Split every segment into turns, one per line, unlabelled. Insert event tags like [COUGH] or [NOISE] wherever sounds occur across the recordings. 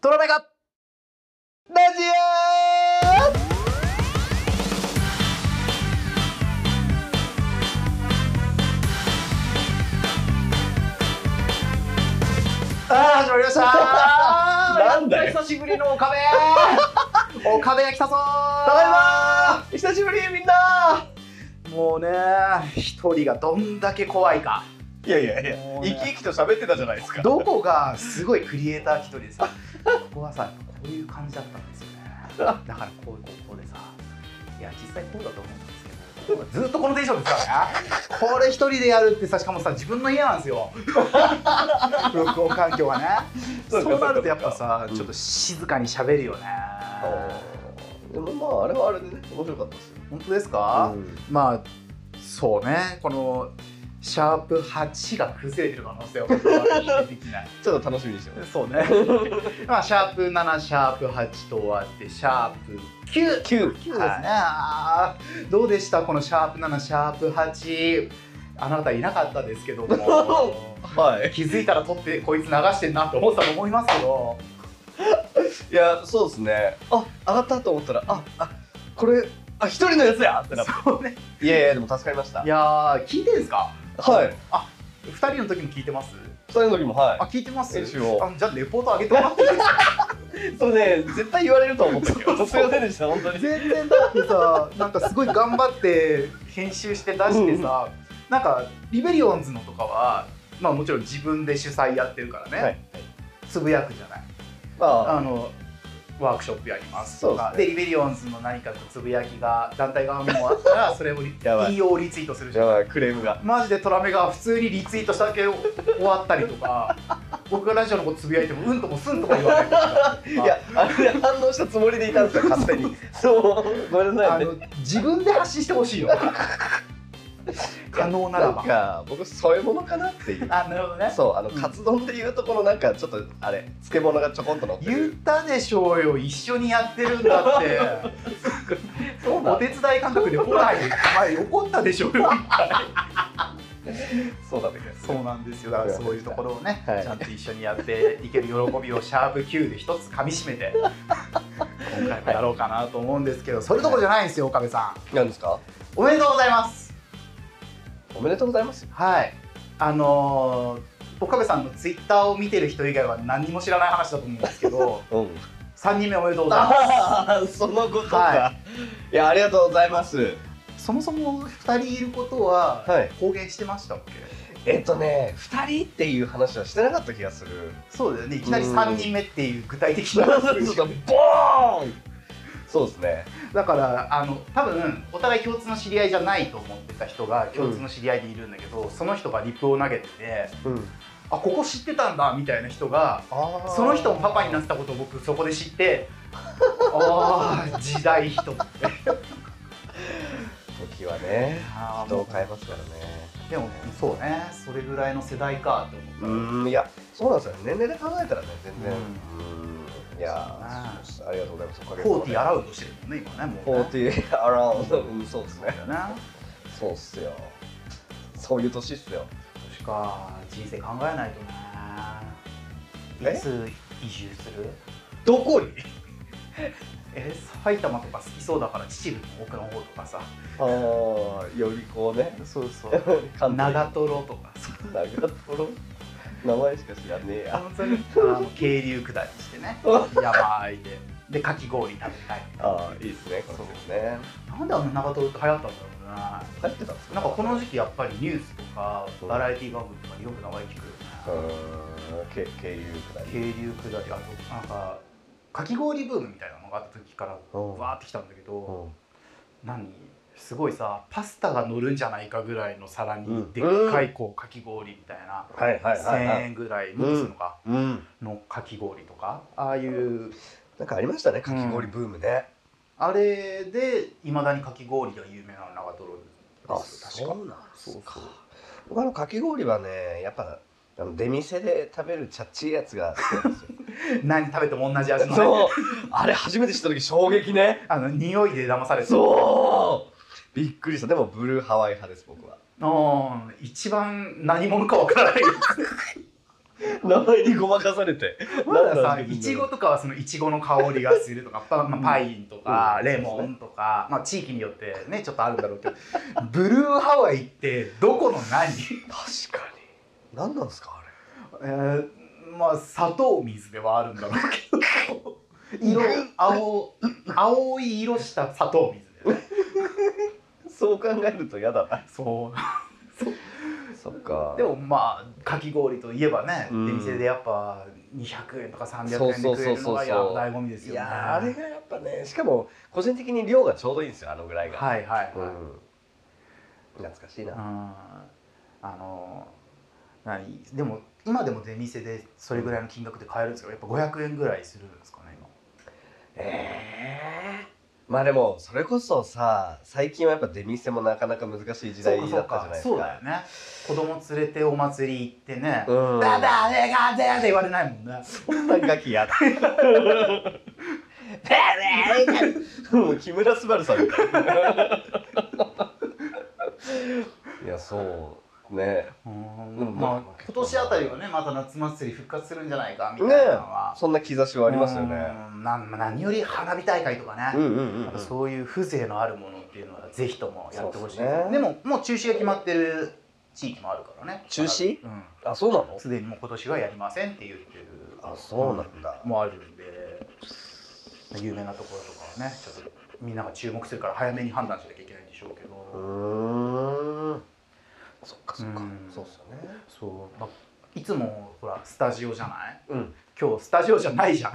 トラメガラジオあー始まりましたー
[LAUGHS] なんだよ
やっと久しぶりの
[LAUGHS]
岡部岡部が来たぞー
ただいまー久しぶりみんな
もうね一人がどんだけ怖いか
いやいやいや
もう
生
ね
き生きと喋ってたじゃないですか
どこがすごいクリエイター一人でさここはさこういう感じだったんですよねだからこうこうこうでさいや実際こうだと思うんですけどずっとこのテンションですからねこれ一人でやるってさしかもさ自分の家なんですよ録音環境はね
そ
そうう
か
なるとやっぱさ
そうか
ちょっと静かに喋るよね
でもまああれはあれでね面白かったですよ
本当ですか、まあそうねこのシャープ8が崩れてる可能性は僕は否定できない
ちょっと楽しみにしてます
そう
[LAUGHS]
ね。まあシャープ7、シャープ8と終わって、シャープ9。9
9
ですね、あーどうでしたこのシャープ7、シャープ8。あなたいなかったですけど
[LAUGHS]
も。
はい
気づいたら撮ってこいつ流してんなと思ってたと思いますけど。
いやそうですねあ上がったと思ったらああこれあ一人のやつやってなっ
そうね。
[LAUGHS] ていやいやでも助かりまし
[LAUGHS]
た
いやー、聞いてんですか
はい。
あ、二人の時も聞いてます
二人の時もは
あ、聞いてます
一応
あじゃあレポートあげてもらっていいですか
いそれね絶対言われると思ったけどすいませんでした本当に
全然だってさなんかすごい頑張って編集して出してさ、なんかリベリオンズのとかはまあもちろん自分で主催やってるからね、
はい
つぶやくじゃない
まあ
あのワークショップやりますとか
そう
で,、
です
リベリオンズの何かのつぶやきが団体側もあった
[LAUGHS]
らそれをリ
やばい
引用リツイートするじ
じ
ゃん
ゃあクレームが
マジでトラメが普通にリツイートしただけ終わったりと
[LAUGHS]
か僕がラジオのことつぶやいてもうんともすんとも言わないとか
いやあれで反応したつもりでいたんですよ勝手に [LAUGHS] そうごめんなさ
あ
いね
の自分で発信してほしい
[LAUGHS]
よ可能ならば
んか僕そういうものかなっていう
あなるほどね
そうあの
うん
カツ丼でいうとこのなんかちょっとあれ漬物がちょこんと乗って
言っ
る
たでしょうよ一緒にやってるんだって
そう
お手伝い感覚で来ない前怒ったでしょうよ
そうなんだけど
そうなんですよだからそういうところをね、
はい
ちゃんと一緒にやっていける喜びをシャープ Q で一つ噛みしめて今回もやろうかなと思うんですけどそれどころじゃないんですよ岡部さん
なんですか
おめでとうございます
おめでとうございます
はいあのー岡部さんのツイッターを見てる人以外は何も知らない話だと思うんですけ [LAUGHS] ど
うん
3人目おめでとうございます
ああそのことか、、
はい
やありがとうございます
そもそも2人いることは
はい
公言してましたっけ、
えっとね2人っていう話はしてなかった気がする
そうだよねいきなり
うん
3人目っていう具体的
ちょっ
な
とボーンそうですね
[LAUGHS] だからあの多分お互い共通の知り合いじゃないと思ってた人が共通の知り合いでいるんだけど、その人がリプを投げてて
うん
あここ知ってたんだみたいな人がその人もパパになってたことを僕そこで知ってああ時代人って
時はね
あー
人を変えますからね
でもそうねそれぐらいの世代かと思った
う
ら、
ーんいやそうなんですよね年齢で考えたらね全然
う
うんーんいや
そうね
ーそうですありがとうございますおかげさま
40アラウンドしてるもんね今ねもうね
で40アラウンドうんそうですね
だよな
そうっすよそういう年っすよ
しか人生考えないとね
え
いつ移住する
どこに
え埼玉とか好きそうだから秩父の奥の方とかさ
ああ予備校 [LAUGHS] ね
そうそ [LAUGHS] 長瀞とかさ
長瀞名前しか知らねえや
本
[LAUGHS]
当にあの渓流下りしてね山あいででかき氷食べたい
ああいいですねこのですね
なんであんな長瀞って流行ったんだろうな
入ってたんですか
なんかこの時期やっぱりニュースとか
うん
バラエティ番組とかでよく名前聞く
う
よね
ーんけ経由くらい
渓流下りあとなんかかき氷ブームみたいなのがあった時から
うん
わーってきたんだけど、
うん
何すごいさパスタが乗るんじゃないかぐらいの皿
う
に
ん
でっかいこうかき氷みたいな、
はいはいはいは
1,000
い
円ぐらいもっとするのか、
うん
のかき氷とかああいう
なんかありましたねかき氷ブームね
あれでいまだにかき氷が有名なの長瀞
あ
ですよ
そうなん
そうそう
僕あのかき氷はねやっぱあの出店で食べるチャッチーやつが好きなんですよ
何食べても同じ味の,、ね、
[LAUGHS] そうあれ初めて知った時衝撃ね
あの匂いで騙されて
そうびっくりしたでもブルーハワイ派です僕は
うん一番何者かわからない
名前にごまかされて。
まだ
なんな
さ
ん自分
い
で
ちごとかはそのいちごの香りがすると
[LAUGHS]
かパ,、まあ、パインとか、
うん
レモンとか、まあ、地域によってねちょっとあるんだろうけどブルーハワイってどこの何
[LAUGHS] 確かに。何なんですかあれ。
えーまあ砂糖水ではあるんだろうけど色青青い色した砂糖水だよね
そう考えると嫌だな。
そう
そっか
でもまあかき氷といえばね、
うん
出店でやっぱ200円とか
そう
300円で
そう
食え
そう
るの
そう
がやっぱ醍醐味です
い
よね
やーあれがやっぱね、しかも個人的に量がちょうどいいんですよあのぐらいが。
はいはいはい、
うん。懐かしいな。
うんあの何でも今でも出店でそれぐらいの金額で買えるんですけどやっぱ500円ぐらいするんですかね今
ええまあでもそれこそさ最近はやっぱ出店もなかなか難しい時代だったじゃないですか
そうだよね子供連れてお祭り行ってね「
うん
ダダねがで」って言われないもんね
そんなガキ [LAUGHS] やだもう木村昴さんみたいないやそうね
うん
まあ
まあ今年あたりはねまた夏祭り復活するんじゃないかみたいなのは、
そんな兆しはありますよね
うんなん何より花火大会とかね、
うんうんうん
やっぱそういう風情のあるものっていうのはぜひともやってほしい
そ
で,、
うですね
ももう中止が決まってる地域もあるからね
中止
うん
あそうなの
すでにもう今年はやりませんって言ってる
あそうなんだ
もあるんで有名なところとかはねちょっとみんなが注目するから早めに判断しなきゃいけないんでしょうけど、
うーんそっかそっか
うん
そうっすよね
そうまいつもほらスタジオじゃない
うん
今日スタジオじゃないじゃん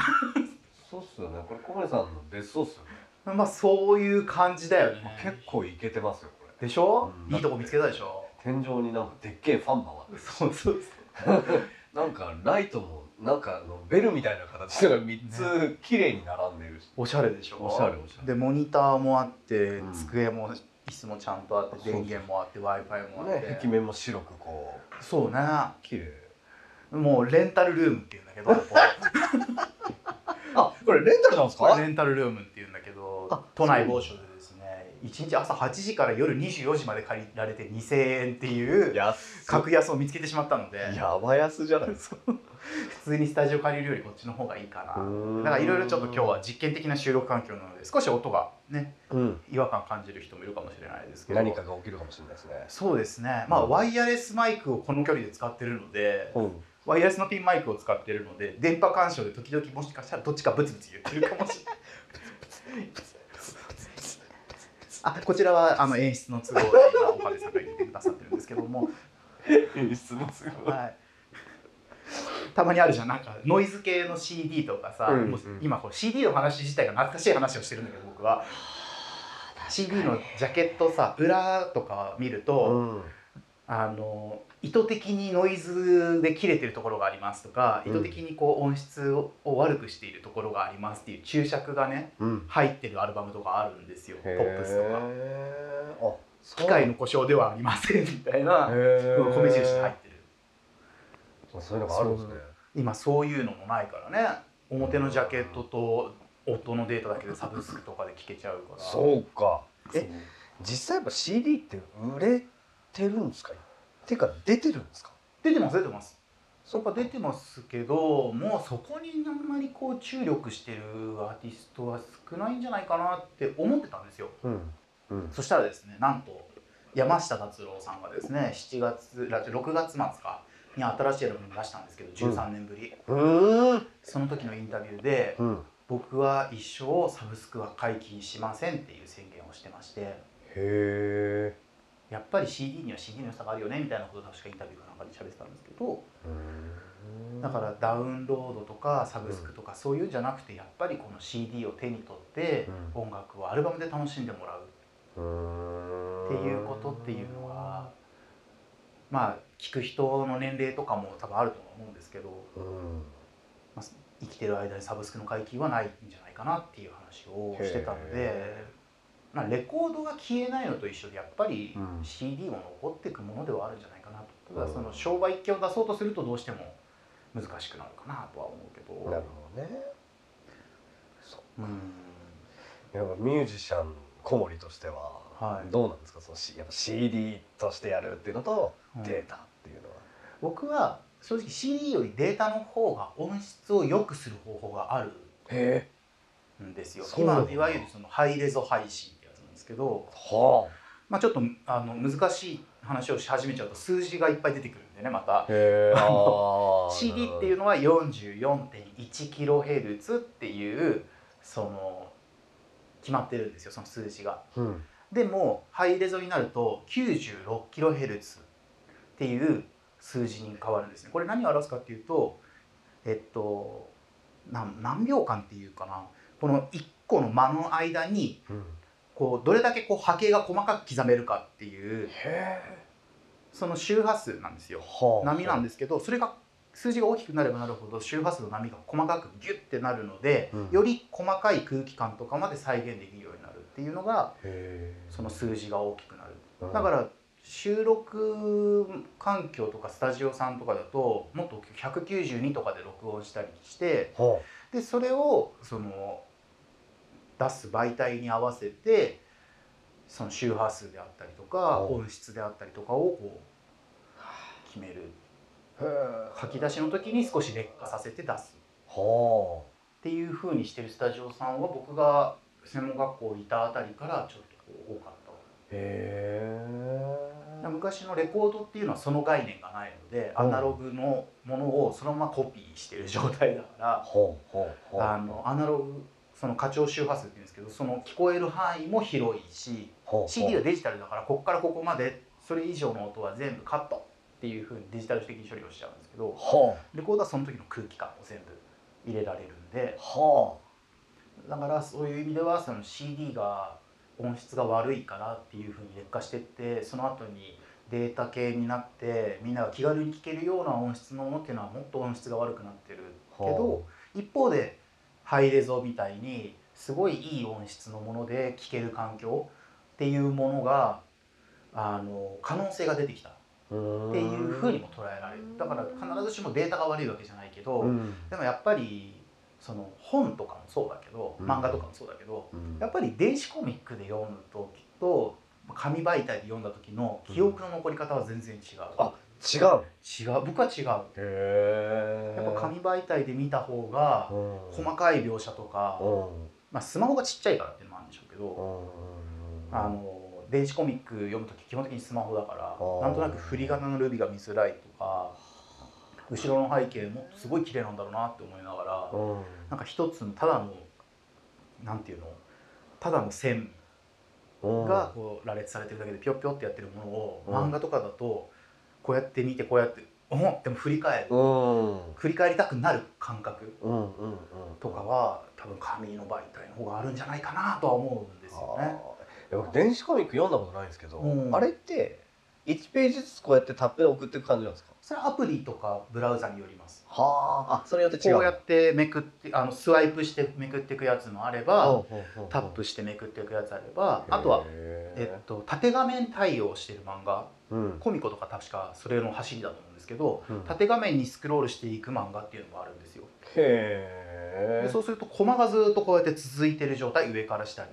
そうっすよねこれ小森さんの別荘っすよね
[LAUGHS] まあそういう感じだよ
結
ね
構いけてますよこれ
でしょ、
うん
いいとこ見つけたでしょ
天井になんかでっけえファンがわ
そうそう
なんかライトもなんかあのベルみたいな形が3つ綺麗に並んでるし、
おしゃれでしょ
おしゃれおしゃれ
でモニターもあって
うん
机も椅子もちゃんとあって
そうそう
電源もあって w i f i もあって、
ね、壁面も白くこう
そうね
綺麗
もうレンタルルームっていうんだけ
[LAUGHS]
どここ
あこれレンタルなんです
これレンタルルームっていうんだけど
あ
都内某所でですね1日朝8時から夜24時まで借りられて2000円っていう
安
格安を見つけてしまったので
やば安じゃないですか
普通にスタジオ借りるよりこっちの方がいいか
うー
なんだからいろいろちょっと今日は実験的な収録環境なので少し音がね
うん
違和感感じる人もいるかもしれないですけど
何かが起きるかもしれないですね
そうですね、まあ、
うん
ワイヤレスマイクをこの距離で使ってるので、
うん
ワイヤレスのピンマイクを使ってるので電波干渉で時々もしかしたらどっちかブツブツ言ってるかもしれない [LAUGHS] あこちらはあの演出の都合で今岡部さんが言ってくださってるんですけども、
演出もすごい
はい、たまにあるじゃんなんかノイズ系の CD とかさ、
うん
もう今こう CD の話自体が懐かしい話をしてるんだけど僕は CD のジャケットさ裏とか見ると、
うん
あの意図的にノイズで切れてるところがありますとか
う
意
ん
図的にこう音質を悪くしているところがありますっていう注釈がね
うん
入ってるアルバムとかあるんですよポップスとか
かあそう
機械の故障ではありませんみたいなうん米印入ってる
そういうのがあるんですね
今そういうのもないからね表のジャケットと音のデータだけでサブスクとかで聴けちゃうから
そうか
そう
え実際やっぱ CD って売れてるんですかてか出てるんですか
出てます出てますそっか出てますけどもうそこにあんまりこう注力してるアーティストは少ないんじゃないかなって思ってたんですよ
うんうん
そしたらですねなんと山下達郎さんがですね7月ら6月末かに新しいアルバムを出したんですけど13年ぶり、
うん
その時のインタビューで
うん
「僕は一生サブスクは解禁しません」っていう宣言をしてまして
へえ
やっぱり CD には CD の良さがあるよねみたいなことを確かインタビューかなんかで喋ってたんですけどだからダウンロードとかサブスクとかそういうんじゃなくてやっぱりこの CD を手に取って
う
音楽をアルバムで楽しんでもらう
っ
っていうことっていうのはまあ聞く人の年齢とかも多分あると思うんですけど
うん
生きてる間にサブスクの解禁はないんじゃないかなっていう話をしてたので
へ。
まあ、レコードが消えないのと一緒でやっぱり
うん
CD も残っていくものではあるんじゃないかなとただそ
うん
の商売一件を出そうとするとどうしても難しくなるかなとは思うけど。
なるほどね
うん
やっぱミュージシャン小森としては
はい
どうなんですかその C- やっぱ CD としてやるっていうのとデータっていうのは
僕は正直 CD よりデータの方が音質を良くする方法がある
へえ
んですよ
そうなんだ
今いわゆるそのハイレゾ配信ってやつなんですけど、
は
まあ、ちょっとあの難しい話をし始めちゃうと数字がいっぱい出てくるんでねまた
あへえ
CD っていうのは 44.1kHz っていうその決まってるんですよその数字が。
うん
でもハイレゾになると 96kHz っていう数字に変わるんですね。これ何を表すかっていうと、えっと、なん何秒間っていうかなこの1個の間の間に
うん
こうどれだけこう波形が細かく刻めるかっていう
へえ
その周波数なんですよ。
は
波なんで
で
すけどそれが数字が大きくなればなるほど周波数の波が細かくギュッてなるので、
うん
より細かい空気感とかまで再現できるようになるっていうのが
へえ
その数字が大きくなる。
うん
だから収録環境とかスタジオさんとかだともっと192とかで録音したりして
は
でそれをその出す媒体に合わせてその周波数であったりとか
うん
音質であったりとかをこう決める
あへえ
書き出しの時に少し劣化させて出す
は
っていう風にしてるスタジオさんは僕が専門学校いたあたりからちょっとこう多かった
あへえ
昔のレコードっていうのはその概念がないので
う
ア
ん
ナログのものをそのままコピーしてる状態だか
ほうほうほう
らあのアナログその過長周波数っていうんですけどその聞こえる範囲も広いし
ほうほう
CD はデジタルだからここからここまでそれ以上の音は全部カットっていうふうにデジタル的に処理をしちゃうんですけど
は
レコードはその時の空気感を全部入れられるんで
あは
だからそういう意味ではその CD が音質が悪いからっていうふうに劣化してってその後にデータ系になってみんなが気軽に聴けるような音質のものっていうのはもっと音質が悪くなってる
あ
けど一方でハイレゾみたいにすごいいい音質のもので聴ける環境っていうものがあの可能性が出てきたっ
うーん
ていうふうにも捉えられるだから必ずしもデータが悪いわけじゃないけど、
うん
でもやっぱりその本とかもそうだけど
うん
漫画とかもそうだけど、
うん
やっぱり電子コミックで読むときと紙媒体で読んだ時の記憶の残り方は全然違う、
あ違う
違う僕は違うや
へえ
っぱ紙媒体で見た方が
うん
細かい描写とか、
うん
まあ、スマホがちっちゃいからっていうのもあるんでしょうけ
う
ど、
ん
あの電子コミック読む時基本的にスマホだから、
うん
なんとなく振り仮名のルビが見づらいとか後ろの背景もっとすごい綺麗なんだろうなって思いながら。
うん
なんか一つのただのなんていうのただの線
うん
がこう羅列されてるだけでぴょっぴょってやってるものを
うん
漫画とかだとこうやって見てこうやって思っても振り返る
うん
振り返りたくなる感覚
うんうんうん
とかは多分紙の媒体の方があるんじゃないかなとは思うんですよ
あー
ね。
いや僕電子コミック読んだことないんですけど、
うん
あれって1ページずつこうやってタップで送っていく感じなんですか
それはアプリとかブラウザによります。
はあそれによって違う
こうやってめくってあのスワイプしてめくっていくやつもあればタップしてめくっていくやつあればあとは、えっと、縦画面対応してる漫画
うん
コミコとか確かそれの走りだと思うんですけど
うんへ
縦画面にスクロールしていく漫画っていうのもあるんですよで
え
そうするとコマがずっとこうやって続いてる状態上から下に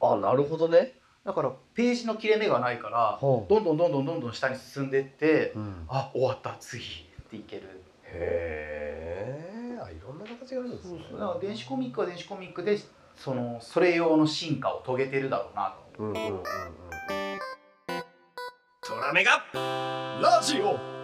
あなるほどね
だからページの切れ目がないから
ほ
どんどんどんどんどんどん下に進んでって
うん、
あ終わった次っていける
へえあいろんな形があるんですね
だから電子コミックは電子コミックでそのそれ用の進化を遂げてるだろうなと
うんうんうんうん
トラメガラジオ